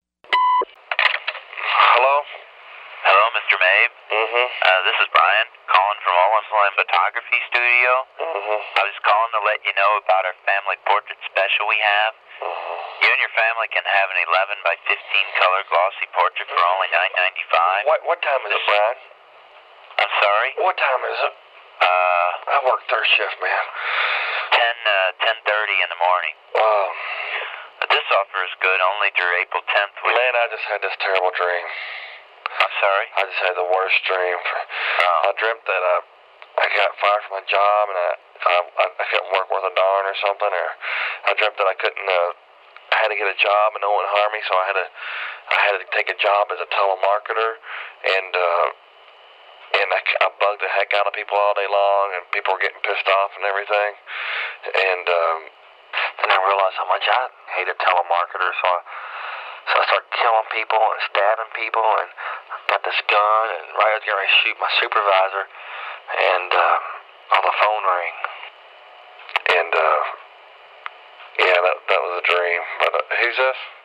Mm-hmm. Mm-hmm. Uh, this is Brian calling from Owens Land Photography Studio. Mm-hmm. I was calling to let you know about our family portrait special we have. uh, You and your family can have an 11 by 15 color glossy portrait for only 9.95. What what time is it, Brian? I'm sorry. What time is it? Uh, I work third shift, man. 10 uh, 10:30 in the morning. Um, But this offer is good only through April 10th. Which, man, I just had this terrible dream. I'm sorry. I just had the worst dream. Oh. I dreamt that I I got fired from my job and I I, I I couldn't work worth a darn or something. Or I dreamt that I couldn't. Uh, I had to get a job and no one hired me, so I had to I had to take a job as a telemarketer and. Uh, and I, I bugged the heck out of people all day long, and people were getting pissed off and everything. And um, then I realized how much I hated telemarketers, so I, so I started killing people and stabbing people, and got this gun, and right as I was going to shoot my supervisor, and um, all the phone rang, and uh, yeah, that that was a dream. But uh, who's this?